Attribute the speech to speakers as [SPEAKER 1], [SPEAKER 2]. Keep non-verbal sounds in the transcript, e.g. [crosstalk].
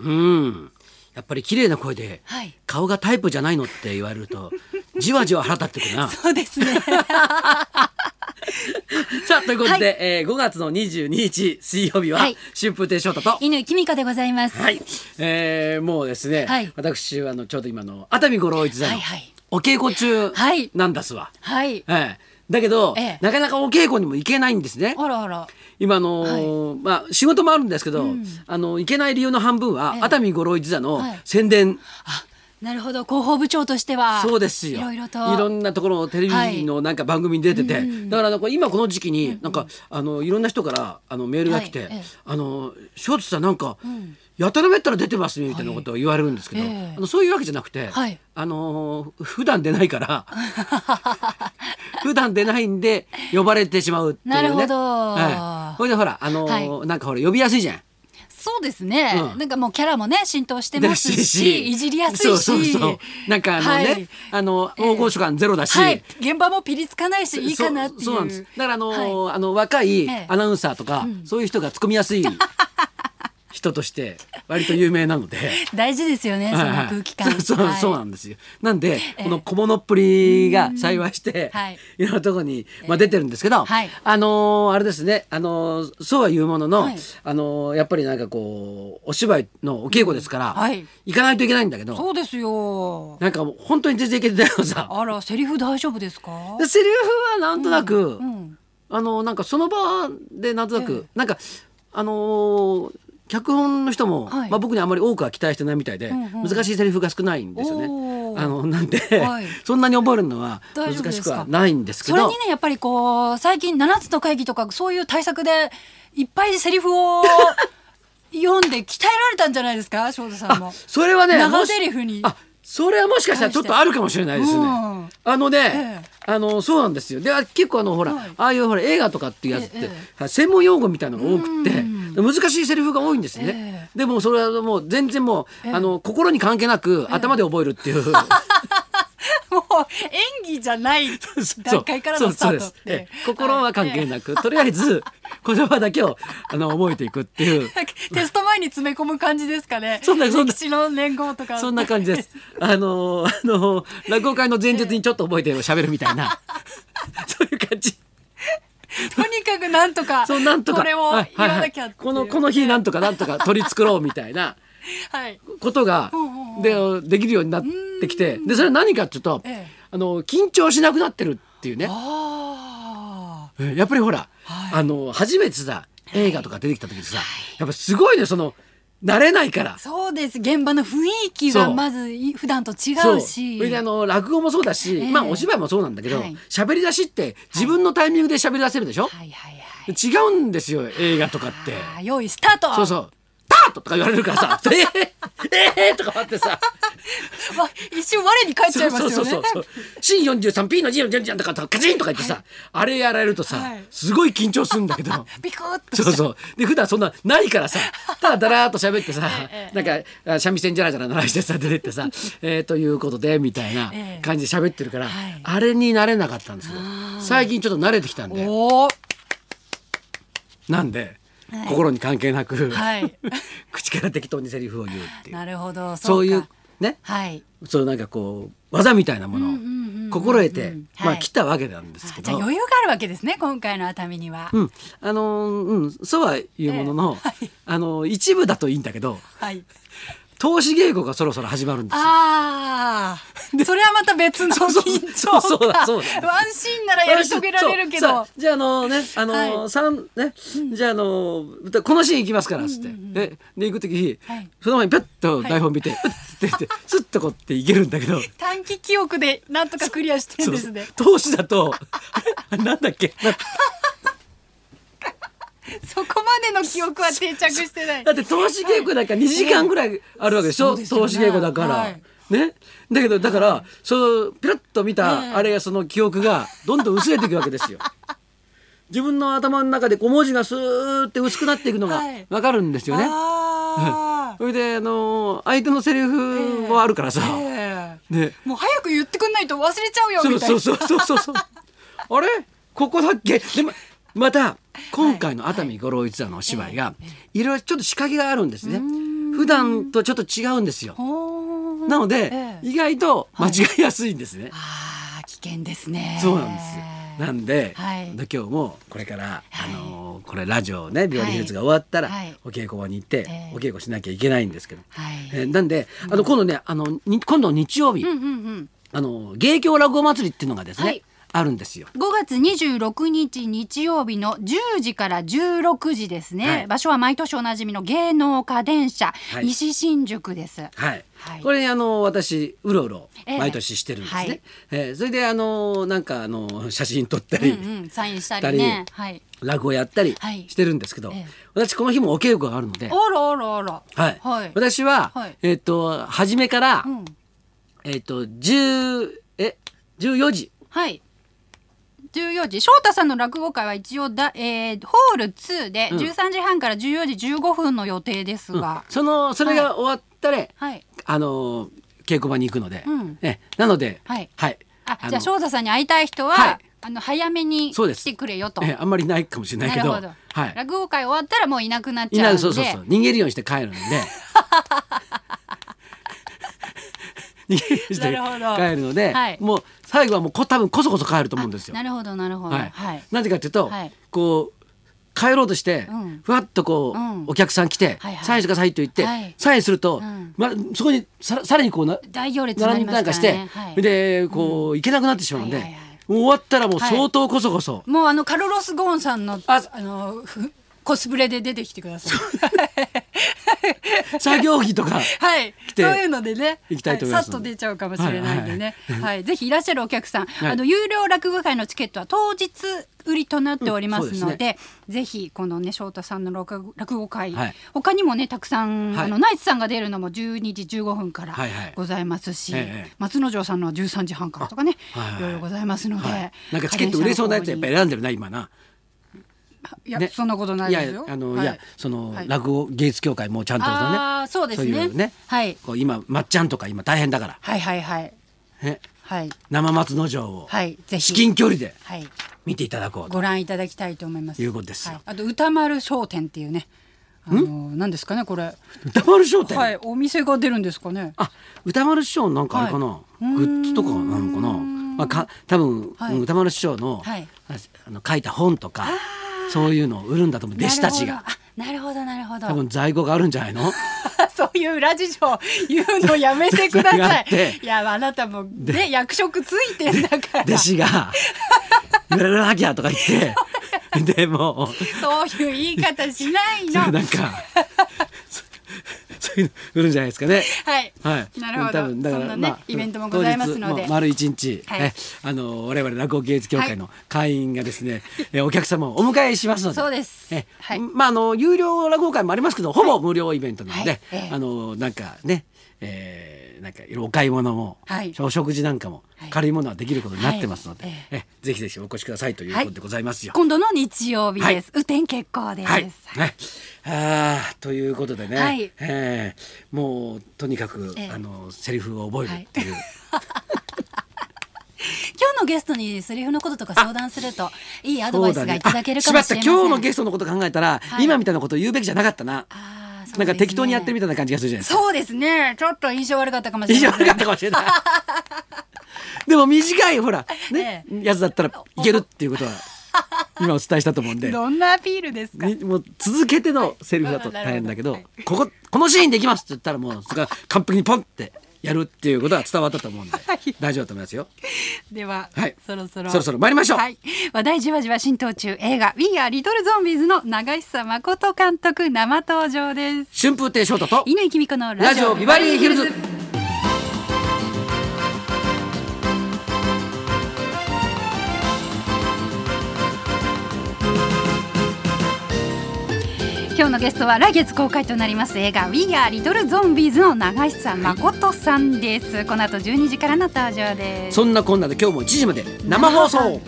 [SPEAKER 1] うんやっぱり綺麗な声で、
[SPEAKER 2] はい
[SPEAKER 1] 顔がタイプじゃないのって言われる
[SPEAKER 2] [laughs]
[SPEAKER 1] とじわじわ腹立ってくな。
[SPEAKER 2] そうですね。
[SPEAKER 1] さあということで、
[SPEAKER 2] は
[SPEAKER 1] えー5月の22日水曜日は、
[SPEAKER 2] はい
[SPEAKER 1] 春風亭昇太と。
[SPEAKER 2] [laughs] 犬きみかでございます。
[SPEAKER 1] はい、えー、もうですね、
[SPEAKER 2] はい
[SPEAKER 1] 私あのちょうど今の熱海五郎一座の
[SPEAKER 2] はいはい
[SPEAKER 1] お稽古中
[SPEAKER 2] はい
[SPEAKER 1] なんですわ、
[SPEAKER 2] はい。
[SPEAKER 1] ええだけど、
[SPEAKER 2] ええ
[SPEAKER 1] なかなかお稽古にも行けないんですね
[SPEAKER 2] あらあら。
[SPEAKER 1] 今あのーまあ仕事もあるんですけど、あの行けない理由の半分は、
[SPEAKER 2] ええ
[SPEAKER 1] 熱海五郎一座の
[SPEAKER 2] はい
[SPEAKER 1] 宣伝、
[SPEAKER 2] あ、なるほど。広報部長としては。
[SPEAKER 1] そうですよ
[SPEAKER 2] いろいろと。
[SPEAKER 1] いろんなところのテレビのなんか番組に出てて、だからなんか今この時期になんか、あのいろんな人からあのメールが来て、
[SPEAKER 2] はいええ
[SPEAKER 1] あのショーツさんなんか、やたらめったら出てますねみたいなことを言われるんですけど、
[SPEAKER 2] はいええ
[SPEAKER 1] あのそういうわけじゃなくて、
[SPEAKER 2] はい
[SPEAKER 1] あの普段出ないから
[SPEAKER 2] [laughs]
[SPEAKER 1] 普段出ないんで呼ばれてしまうっていうね。
[SPEAKER 2] なるほど
[SPEAKER 1] はい、ほいでほらあの、
[SPEAKER 2] はい
[SPEAKER 1] なんかほら呼びやすいじゃん。
[SPEAKER 2] そうですね、
[SPEAKER 1] うん
[SPEAKER 2] なんかもうキャラもね浸透してますし
[SPEAKER 1] だ
[SPEAKER 2] いじりやすいし
[SPEAKER 1] そうそうそうなんかあのね、
[SPEAKER 2] はい
[SPEAKER 1] あの大御所感ゼロだし、
[SPEAKER 2] はい、現場もピリつかないしいいかなっていう
[SPEAKER 1] そうそうなんですだからあのー、
[SPEAKER 2] は
[SPEAKER 1] あの若い
[SPEAKER 2] ええ
[SPEAKER 1] アナウンサーとか、そういう人が突っ込みやすい
[SPEAKER 2] [laughs]
[SPEAKER 1] 人として割と有名なので。
[SPEAKER 2] 大事ですよね、
[SPEAKER 1] はい
[SPEAKER 2] そ
[SPEAKER 1] は
[SPEAKER 2] の
[SPEAKER 1] い
[SPEAKER 2] 空気感
[SPEAKER 1] そうそう
[SPEAKER 2] はい
[SPEAKER 1] そうなんですよ。なんで、この小物っぷりが幸いして、
[SPEAKER 2] うんはいい、
[SPEAKER 1] ろんなところに、まあ、出てるんですけど、
[SPEAKER 2] はい
[SPEAKER 1] あのーあれですね、あのーそうは言うものの、
[SPEAKER 2] はい
[SPEAKER 1] あのーやっぱりなんかこうお芝居のお稽古ですから、
[SPEAKER 2] うんはい
[SPEAKER 1] 行かないといけないんだけど、
[SPEAKER 2] そうですよ
[SPEAKER 1] なんかもう本当に全然行けてないのさ。
[SPEAKER 2] あらセリフ大丈夫ですか
[SPEAKER 1] でセリフはなんとなく、
[SPEAKER 2] うん
[SPEAKER 1] あのなんかその場でなんとなく、
[SPEAKER 2] ええ
[SPEAKER 1] なんかあのー脚本の人も、
[SPEAKER 2] はい
[SPEAKER 1] まあ、僕にあまり多くは期待してないみたいで、
[SPEAKER 2] うんうん
[SPEAKER 1] 難しいセリフが少ないんですよ
[SPEAKER 2] お
[SPEAKER 1] ね。
[SPEAKER 2] ー
[SPEAKER 1] あのなんで、
[SPEAKER 2] はい
[SPEAKER 1] [laughs] そんなに覚えるのは
[SPEAKER 2] 大丈
[SPEAKER 1] 難
[SPEAKER 2] 夫で
[SPEAKER 1] し
[SPEAKER 2] す
[SPEAKER 1] く
[SPEAKER 2] か
[SPEAKER 1] はないんですけ
[SPEAKER 2] それ
[SPEAKER 1] ど
[SPEAKER 2] にねやっぱりこう最近7つの会議とかそういう対策でいっぱいセリフを読んで鍛えられたんじゃないですか翔太さんも
[SPEAKER 1] そ。れはね
[SPEAKER 2] 長セリフに
[SPEAKER 1] もしあそれはもしかしたらちょっとあるかもしれないですね。
[SPEAKER 2] うん
[SPEAKER 1] あのね、
[SPEAKER 2] ええ
[SPEAKER 1] あのそうなんですよ。で結構あのほら、
[SPEAKER 2] はい
[SPEAKER 1] ああいうほら映画とかっていうやつって、
[SPEAKER 2] え
[SPEAKER 1] 専門用語みたいなのが多くって
[SPEAKER 2] うん
[SPEAKER 1] 難しいセリフが多いんですね。
[SPEAKER 2] え
[SPEAKER 1] でもそれはもう全然もう、あの心に関係なく頭で覚えるっていう。
[SPEAKER 2] [laughs] もう演技じゃない段階からのスタートっ
[SPEAKER 1] そうそうそうで
[SPEAKER 2] て
[SPEAKER 1] すええ心は関係なく、とりあえず言葉だけをあの覚えていくっていう。
[SPEAKER 2] なんかテスト前に詰め込む感じですかね。
[SPEAKER 1] そんなそんな
[SPEAKER 2] 歴史の年号とか。
[SPEAKER 1] そんな感じ
[SPEAKER 2] [laughs]
[SPEAKER 1] です。あのーあのー落語会の前日にちょっと覚えて喋るみたい
[SPEAKER 2] [laughs]
[SPEAKER 1] な、そういう感じ。
[SPEAKER 2] とにかくなんとか。
[SPEAKER 1] そうなんとか
[SPEAKER 2] これを
[SPEAKER 1] はいは
[SPEAKER 2] 言
[SPEAKER 1] い
[SPEAKER 2] わ
[SPEAKER 1] は
[SPEAKER 2] ないきゃっていう。
[SPEAKER 1] このこの日なんとかなんとか取り繕ろうみたい
[SPEAKER 2] [laughs]
[SPEAKER 1] な
[SPEAKER 2] はい。
[SPEAKER 1] ことが
[SPEAKER 2] うんうんうん
[SPEAKER 1] でできるようになってきて、でそれは何かっていうと、
[SPEAKER 2] ええ
[SPEAKER 1] あの緊張しなくなってるっていうね。
[SPEAKER 2] ああ。
[SPEAKER 1] やっぱりほら、
[SPEAKER 2] はい
[SPEAKER 1] あの初めてさ映画とか出てきた時にさ、やっぱすごいねその慣れないから。
[SPEAKER 2] そうです。現場の雰囲気
[SPEAKER 1] そ
[SPEAKER 2] が
[SPEAKER 1] う
[SPEAKER 2] まずい普段と違
[SPEAKER 1] そうう
[SPEAKER 2] し。
[SPEAKER 1] それであの落語もそうだし、
[SPEAKER 2] ええ
[SPEAKER 1] まあお芝居もそうなんだけど
[SPEAKER 2] はい
[SPEAKER 1] 喋、り出しって自分のタイミングで喋り出せるでしょ、
[SPEAKER 2] はいはいはい。
[SPEAKER 1] 違うんですよ映画とかって。
[SPEAKER 2] あー用意スタート。
[SPEAKER 1] そうそう「タート!」とか言われるから
[SPEAKER 2] [laughs]
[SPEAKER 1] さ「えー、えー、とかあってさ
[SPEAKER 2] わ一瞬我に返っ [laughs] ちゃ
[SPEAKER 1] そ
[SPEAKER 2] いうますよ
[SPEAKER 1] そう
[SPEAKER 2] ね。
[SPEAKER 1] そうそうそう「新 43P の G のジャンジャン」とかカチンとか言ってさ、あれやられるとさ、
[SPEAKER 2] はい
[SPEAKER 1] すごい緊張するんだけど。
[SPEAKER 2] ビクッとし
[SPEAKER 1] そうそうで普段そんなないからさただだらーっと喋ってさ
[SPEAKER 2] [laughs] え
[SPEAKER 1] なんかあ三味線じゃらじゃら鳴らしてさ出てってさ「えー、ということで」みたいな
[SPEAKER 2] ええ
[SPEAKER 1] 感じで喋ってるから、
[SPEAKER 2] はい
[SPEAKER 1] あれに慣れなかったんですよ最近ちょっと慣れてきたんで
[SPEAKER 2] おお。
[SPEAKER 1] なんで、
[SPEAKER 2] はい
[SPEAKER 1] 心に関係なく、
[SPEAKER 2] はい
[SPEAKER 1] [laughs] 口から適当にセリフを言うっていう
[SPEAKER 2] なるほど。
[SPEAKER 1] そう
[SPEAKER 2] か
[SPEAKER 1] いう。ね
[SPEAKER 2] はい。
[SPEAKER 1] そうなんかこう技みたいなものを
[SPEAKER 2] うんうんうんうんうん
[SPEAKER 1] 心得て、ま
[SPEAKER 2] は
[SPEAKER 1] あ
[SPEAKER 2] い
[SPEAKER 1] 来たわけなんですけ
[SPEAKER 2] じゃあ
[SPEAKER 1] ど。
[SPEAKER 2] 余裕があるわけですね。今回の熱海には。
[SPEAKER 1] うん、あのーうん、そうはいうものの、
[SPEAKER 2] え [laughs] えはい
[SPEAKER 1] あのー一部だといいんだけど、
[SPEAKER 2] はい。
[SPEAKER 1] 投資稽古がそろそろ始まるんですよ。
[SPEAKER 2] ああ、それはまた別の緊張
[SPEAKER 1] そ
[SPEAKER 2] 感。
[SPEAKER 1] うそうそうだそうだ
[SPEAKER 2] ワンシーンならやり遂げられるけ
[SPEAKER 1] そう
[SPEAKER 2] ど
[SPEAKER 1] さ。じゃああのねあのー
[SPEAKER 2] はい
[SPEAKER 1] 三ねじゃああのーこのシーン行きますからっつって、でで行く時、
[SPEAKER 2] はい
[SPEAKER 1] その前にペッと台本見
[SPEAKER 2] [laughs]
[SPEAKER 1] て、うっって言ってスッとこうって行けるんだけど。
[SPEAKER 2] 短期記憶でなんとかクリアしてるんですね。
[SPEAKER 1] 投資だと [laughs] あれなんだっけな
[SPEAKER 2] そこまでの記憶は定着してない
[SPEAKER 1] だ。って投資稽古なんか2時間ぐらいあるわけでしょ、
[SPEAKER 2] そうですよね
[SPEAKER 1] 投資稽古だから。
[SPEAKER 2] はい
[SPEAKER 1] ね、だけどだから、そのピラッと見
[SPEAKER 2] ええ
[SPEAKER 1] たあれがその記憶がどんどん薄れていくわけ
[SPEAKER 2] [laughs]
[SPEAKER 1] ですよ。自分の頭の中でこう文字がスーって薄くなっていくのが
[SPEAKER 2] はい
[SPEAKER 1] わかるんですよね。
[SPEAKER 2] あ
[SPEAKER 1] それであのー相手のセリフもあるからさ、
[SPEAKER 2] あ、ええ
[SPEAKER 1] ね、
[SPEAKER 2] もう早く言ってくんないと忘れちゃうよみたい
[SPEAKER 1] そう
[SPEAKER 2] な。
[SPEAKER 1] そうそうそうそう
[SPEAKER 2] [laughs]
[SPEAKER 1] そうあれここだっけでもまた今回の熱海五郎一座のお芝居がいろいろちょっと仕掛けがあるんですね。普段とちょっと違うんですよ。
[SPEAKER 2] ほー
[SPEAKER 1] なので、
[SPEAKER 2] ええ
[SPEAKER 1] 意外と間違いやすいんですね。
[SPEAKER 2] あー危険ですね
[SPEAKER 1] そうなんですよ。なんで、
[SPEAKER 2] はい
[SPEAKER 1] で今日もこれから、
[SPEAKER 2] はい
[SPEAKER 1] あのーこれラジオね病理手術が終わったら、
[SPEAKER 2] はい
[SPEAKER 1] お稽古場に行って、
[SPEAKER 2] ええ
[SPEAKER 1] お稽古しなきゃいけないんですけど、
[SPEAKER 2] はい、
[SPEAKER 1] えーなんであの今度ねあのに今度日曜日、
[SPEAKER 2] うんうんうん
[SPEAKER 1] あの芸協落語祭りっていうのがですね、
[SPEAKER 2] はい
[SPEAKER 1] あるんですよ。
[SPEAKER 2] 5月26日日曜日の10時から16時ですね、
[SPEAKER 1] はい
[SPEAKER 2] 場所は毎年おなじみの芸能家電車、
[SPEAKER 1] はい
[SPEAKER 2] 西新宿です
[SPEAKER 1] はい、
[SPEAKER 2] はい
[SPEAKER 1] これあの私うろうろ
[SPEAKER 2] ええ
[SPEAKER 1] 毎年してるんですね。
[SPEAKER 2] はい
[SPEAKER 1] えーそれであのなんかあの写真撮ったり、
[SPEAKER 2] うんうん、サインしたりねはい
[SPEAKER 1] 落語やったり
[SPEAKER 2] はい
[SPEAKER 1] してるんですけど、
[SPEAKER 2] ええ
[SPEAKER 1] 私この日もお稽古があるので、
[SPEAKER 2] おらおらおら
[SPEAKER 1] はい、
[SPEAKER 2] はい
[SPEAKER 1] 私は、
[SPEAKER 2] はい
[SPEAKER 1] えっ、と初めから、
[SPEAKER 2] うん
[SPEAKER 1] えっ、と10え14時
[SPEAKER 2] はい14時翔太さんの落語会は一応だ、えー、ホール2で
[SPEAKER 1] うん
[SPEAKER 2] 13時半から14時15分の予定ですが、
[SPEAKER 1] そのそれが終わったら、
[SPEAKER 2] はい
[SPEAKER 1] あの稽古場に行くので、
[SPEAKER 2] うん
[SPEAKER 1] えなので、
[SPEAKER 2] はい
[SPEAKER 1] はい、
[SPEAKER 2] あ
[SPEAKER 1] の
[SPEAKER 2] じゃあ翔太さんに会いたい人は、
[SPEAKER 1] はい
[SPEAKER 2] あの早めに
[SPEAKER 1] そうです
[SPEAKER 2] 来てくれよと
[SPEAKER 1] ええあんまりないかもしれないけど
[SPEAKER 2] なるほど、
[SPEAKER 1] はい、
[SPEAKER 2] 落語会終わったらもういなくなっ
[SPEAKER 1] み
[SPEAKER 2] ち
[SPEAKER 1] ん
[SPEAKER 2] ゃ
[SPEAKER 1] な
[SPEAKER 2] う
[SPEAKER 1] ん
[SPEAKER 2] で
[SPEAKER 1] そうそうそう逃げるようにして帰
[SPEAKER 2] [laughs]
[SPEAKER 1] るんで逃げるようにして帰
[SPEAKER 2] なる
[SPEAKER 1] る
[SPEAKER 2] ほど
[SPEAKER 1] ので
[SPEAKER 2] はい
[SPEAKER 1] もう最後はもうこ多分こそこそ帰ると思うんですよ
[SPEAKER 2] な。るほどなるほど
[SPEAKER 1] は
[SPEAKER 2] はいい、
[SPEAKER 1] なぜかというと、
[SPEAKER 2] はい
[SPEAKER 1] こう帰ろうとして、
[SPEAKER 2] うん
[SPEAKER 1] ふわっとこう、
[SPEAKER 2] うん
[SPEAKER 1] お客さん来て、
[SPEAKER 2] はいはい
[SPEAKER 1] サインしてくださいと言って、
[SPEAKER 2] はい
[SPEAKER 1] サインすると、
[SPEAKER 2] うん
[SPEAKER 1] ま、そこにささらにこうな
[SPEAKER 2] 大行列にな
[SPEAKER 1] 並
[SPEAKER 2] り
[SPEAKER 1] び
[SPEAKER 2] ま
[SPEAKER 1] なん
[SPEAKER 2] す
[SPEAKER 1] か
[SPEAKER 2] か
[SPEAKER 1] らして、
[SPEAKER 2] ね、はい、
[SPEAKER 1] でこう、行けなくなってしまうんで、
[SPEAKER 2] はいはいはい
[SPEAKER 1] もう終わったらもう相当こそこそ、
[SPEAKER 2] もうあのカルロス・ゴーンさんの
[SPEAKER 1] あ
[SPEAKER 2] あのふコスプレで出てきてください
[SPEAKER 1] 作業着と
[SPEAKER 2] [laughs]
[SPEAKER 1] か。
[SPEAKER 2] はい、
[SPEAKER 1] て
[SPEAKER 2] そういうのでね
[SPEAKER 1] 行きたいと思います
[SPEAKER 2] はさっと出ちゃうかもしれないんでね、はいぜひいらっしゃるお客さん、
[SPEAKER 1] はい
[SPEAKER 2] あの有料落語会のチケットは当日売りとなっております
[SPEAKER 1] うんそ
[SPEAKER 2] の
[SPEAKER 1] う
[SPEAKER 2] で,、
[SPEAKER 1] ですね
[SPEAKER 2] ぜひこのね翔太さんの落語落語会、
[SPEAKER 1] はい
[SPEAKER 2] 他にもねたくさん、
[SPEAKER 1] はい
[SPEAKER 2] あのナイツさんが出るのも12時15分から
[SPEAKER 1] はいはい
[SPEAKER 2] ございますし、
[SPEAKER 1] ええ
[SPEAKER 2] 松之丞さんの13時半からとかね、
[SPEAKER 1] あはいはい
[SPEAKER 2] いろいろございますので、
[SPEAKER 1] はい、なんかチケット売れそうなやつやっぱ
[SPEAKER 2] り
[SPEAKER 1] 選んでるな今な。
[SPEAKER 2] いや、
[SPEAKER 1] ね
[SPEAKER 2] そんなことないですよ
[SPEAKER 1] やあの、、
[SPEAKER 2] はい
[SPEAKER 1] やその、
[SPEAKER 2] はい
[SPEAKER 1] 落語芸術協会もちゃんとだ
[SPEAKER 2] あーそうですね
[SPEAKER 1] いうね、
[SPEAKER 2] はい
[SPEAKER 1] こう今まっちゃんとか今大変だから、
[SPEAKER 2] はいはいはい
[SPEAKER 1] ね、
[SPEAKER 2] はい
[SPEAKER 1] 生松之丞を
[SPEAKER 2] はいぜひ
[SPEAKER 1] 至近距離で
[SPEAKER 2] はい
[SPEAKER 1] 見ていただこうと。
[SPEAKER 2] ご覧いただきたいと思います。
[SPEAKER 1] いうことですよ
[SPEAKER 2] はいあと歌丸商店っていうね、あの何ですかねこれ。
[SPEAKER 1] 歌丸商店、
[SPEAKER 2] はい、お店が出るんですかね。
[SPEAKER 1] あ歌丸師匠なんかあれかな、
[SPEAKER 2] はい
[SPEAKER 1] グッズとかなのかな、
[SPEAKER 2] うーん
[SPEAKER 1] まあ、か多分、
[SPEAKER 2] はい
[SPEAKER 1] うん歌丸師匠の,、
[SPEAKER 2] はい
[SPEAKER 1] あの書いた本とかそういうのを売るんだと思う弟子たちが。
[SPEAKER 2] なるほど。あなるほどな
[SPEAKER 1] 多
[SPEAKER 2] るほど。
[SPEAKER 1] 分在庫があるんじゃないの
[SPEAKER 2] [laughs] そういう裏事情言うのやめてくだ
[SPEAKER 1] [laughs] それがあ
[SPEAKER 2] さ
[SPEAKER 1] っ
[SPEAKER 2] い
[SPEAKER 1] て。
[SPEAKER 2] いやあなたもね役職ついてんだから。
[SPEAKER 1] 弟子
[SPEAKER 2] [laughs]
[SPEAKER 1] が「売らなきゃ」とか言ってでもう
[SPEAKER 2] そういう言い方しな
[SPEAKER 1] [laughs] そ
[SPEAKER 2] い
[SPEAKER 1] れな
[SPEAKER 2] の。
[SPEAKER 1] ん
[SPEAKER 2] [laughs]
[SPEAKER 1] かそそういうの売るんじゃないですかね。
[SPEAKER 2] はい。
[SPEAKER 1] はい、
[SPEAKER 2] なるほど
[SPEAKER 1] 多分だから
[SPEAKER 2] そんなね
[SPEAKER 1] まあ
[SPEAKER 2] イベントもございますので
[SPEAKER 1] 当日もう丸一日、
[SPEAKER 2] はい
[SPEAKER 1] えあの我々落語芸術協会の会員がですね、えお客様をお迎えしますので
[SPEAKER 2] そうです
[SPEAKER 1] え
[SPEAKER 2] はい
[SPEAKER 1] まああの有料落語会もありますけどほぼ無料イベントなので、
[SPEAKER 2] はいええ
[SPEAKER 1] あのなんかね、えーなんかいろいろお買い物も、
[SPEAKER 2] はい
[SPEAKER 1] お食事なんかも
[SPEAKER 2] はい
[SPEAKER 1] 軽いものはできることになってますので、
[SPEAKER 2] はい
[SPEAKER 1] えぜひぜひお越しくださいということでございますよ。
[SPEAKER 2] 今度の日曜日です。雨天決行です。
[SPEAKER 1] はい、ね、あーということでね、
[SPEAKER 2] はい
[SPEAKER 1] えーもうとにかく、
[SPEAKER 2] ええ
[SPEAKER 1] あのセリフを覚えるっていう、
[SPEAKER 2] 今日のゲストにセリフのこととか相談するといい [laughs] アドバイスがいただけるか
[SPEAKER 1] そう
[SPEAKER 2] も
[SPEAKER 1] だねあ
[SPEAKER 2] しれません。
[SPEAKER 1] しまった今日のゲストのこと考えたら、
[SPEAKER 2] はい
[SPEAKER 1] 今みたいなことを言うべきじゃなかったな、
[SPEAKER 2] あーそう
[SPEAKER 1] なんか
[SPEAKER 2] ですね
[SPEAKER 1] 適当にやってるみたいな感じがするじゃないですか
[SPEAKER 2] そうですね。ちょっと印象悪かったかもし
[SPEAKER 1] 非
[SPEAKER 2] れ
[SPEAKER 1] 常
[SPEAKER 2] ない。
[SPEAKER 1] に悪かったかもしれないでも短いほら
[SPEAKER 2] [laughs]
[SPEAKER 1] ね、やつだったらいけるっていうことは今お伝えしたと思うんで
[SPEAKER 2] [laughs] どんなアピールですか。
[SPEAKER 1] にもう続けてのセリフだと大変だけど、
[SPEAKER 2] なる
[SPEAKER 1] こここのシーンできますって言ったらもうそこは完璧にポンってやるっていう [laughs] ことは伝わったと思うんで、
[SPEAKER 2] い
[SPEAKER 1] 大丈夫だと思いますよ。
[SPEAKER 2] では、
[SPEAKER 1] はい
[SPEAKER 2] そろそろ。
[SPEAKER 1] そろそろ参りましょう
[SPEAKER 2] はい。話題じわじわ浸透中映画 We Are Little Zombies の長久誠監督生登場です。
[SPEAKER 1] 春風亭昇太と
[SPEAKER 2] 乾きみこの
[SPEAKER 1] ラ
[SPEAKER 2] ラ
[SPEAKER 1] ジ
[SPEAKER 2] ジ
[SPEAKER 1] オ
[SPEAKER 2] オ
[SPEAKER 1] ビバリーヒルズ。
[SPEAKER 2] 今日のゲストは来月公開となります映画 We Are Little Zombies の長久誠さんです。この後12時からの登場です。
[SPEAKER 1] そんなこんなで今日も1時まで生放送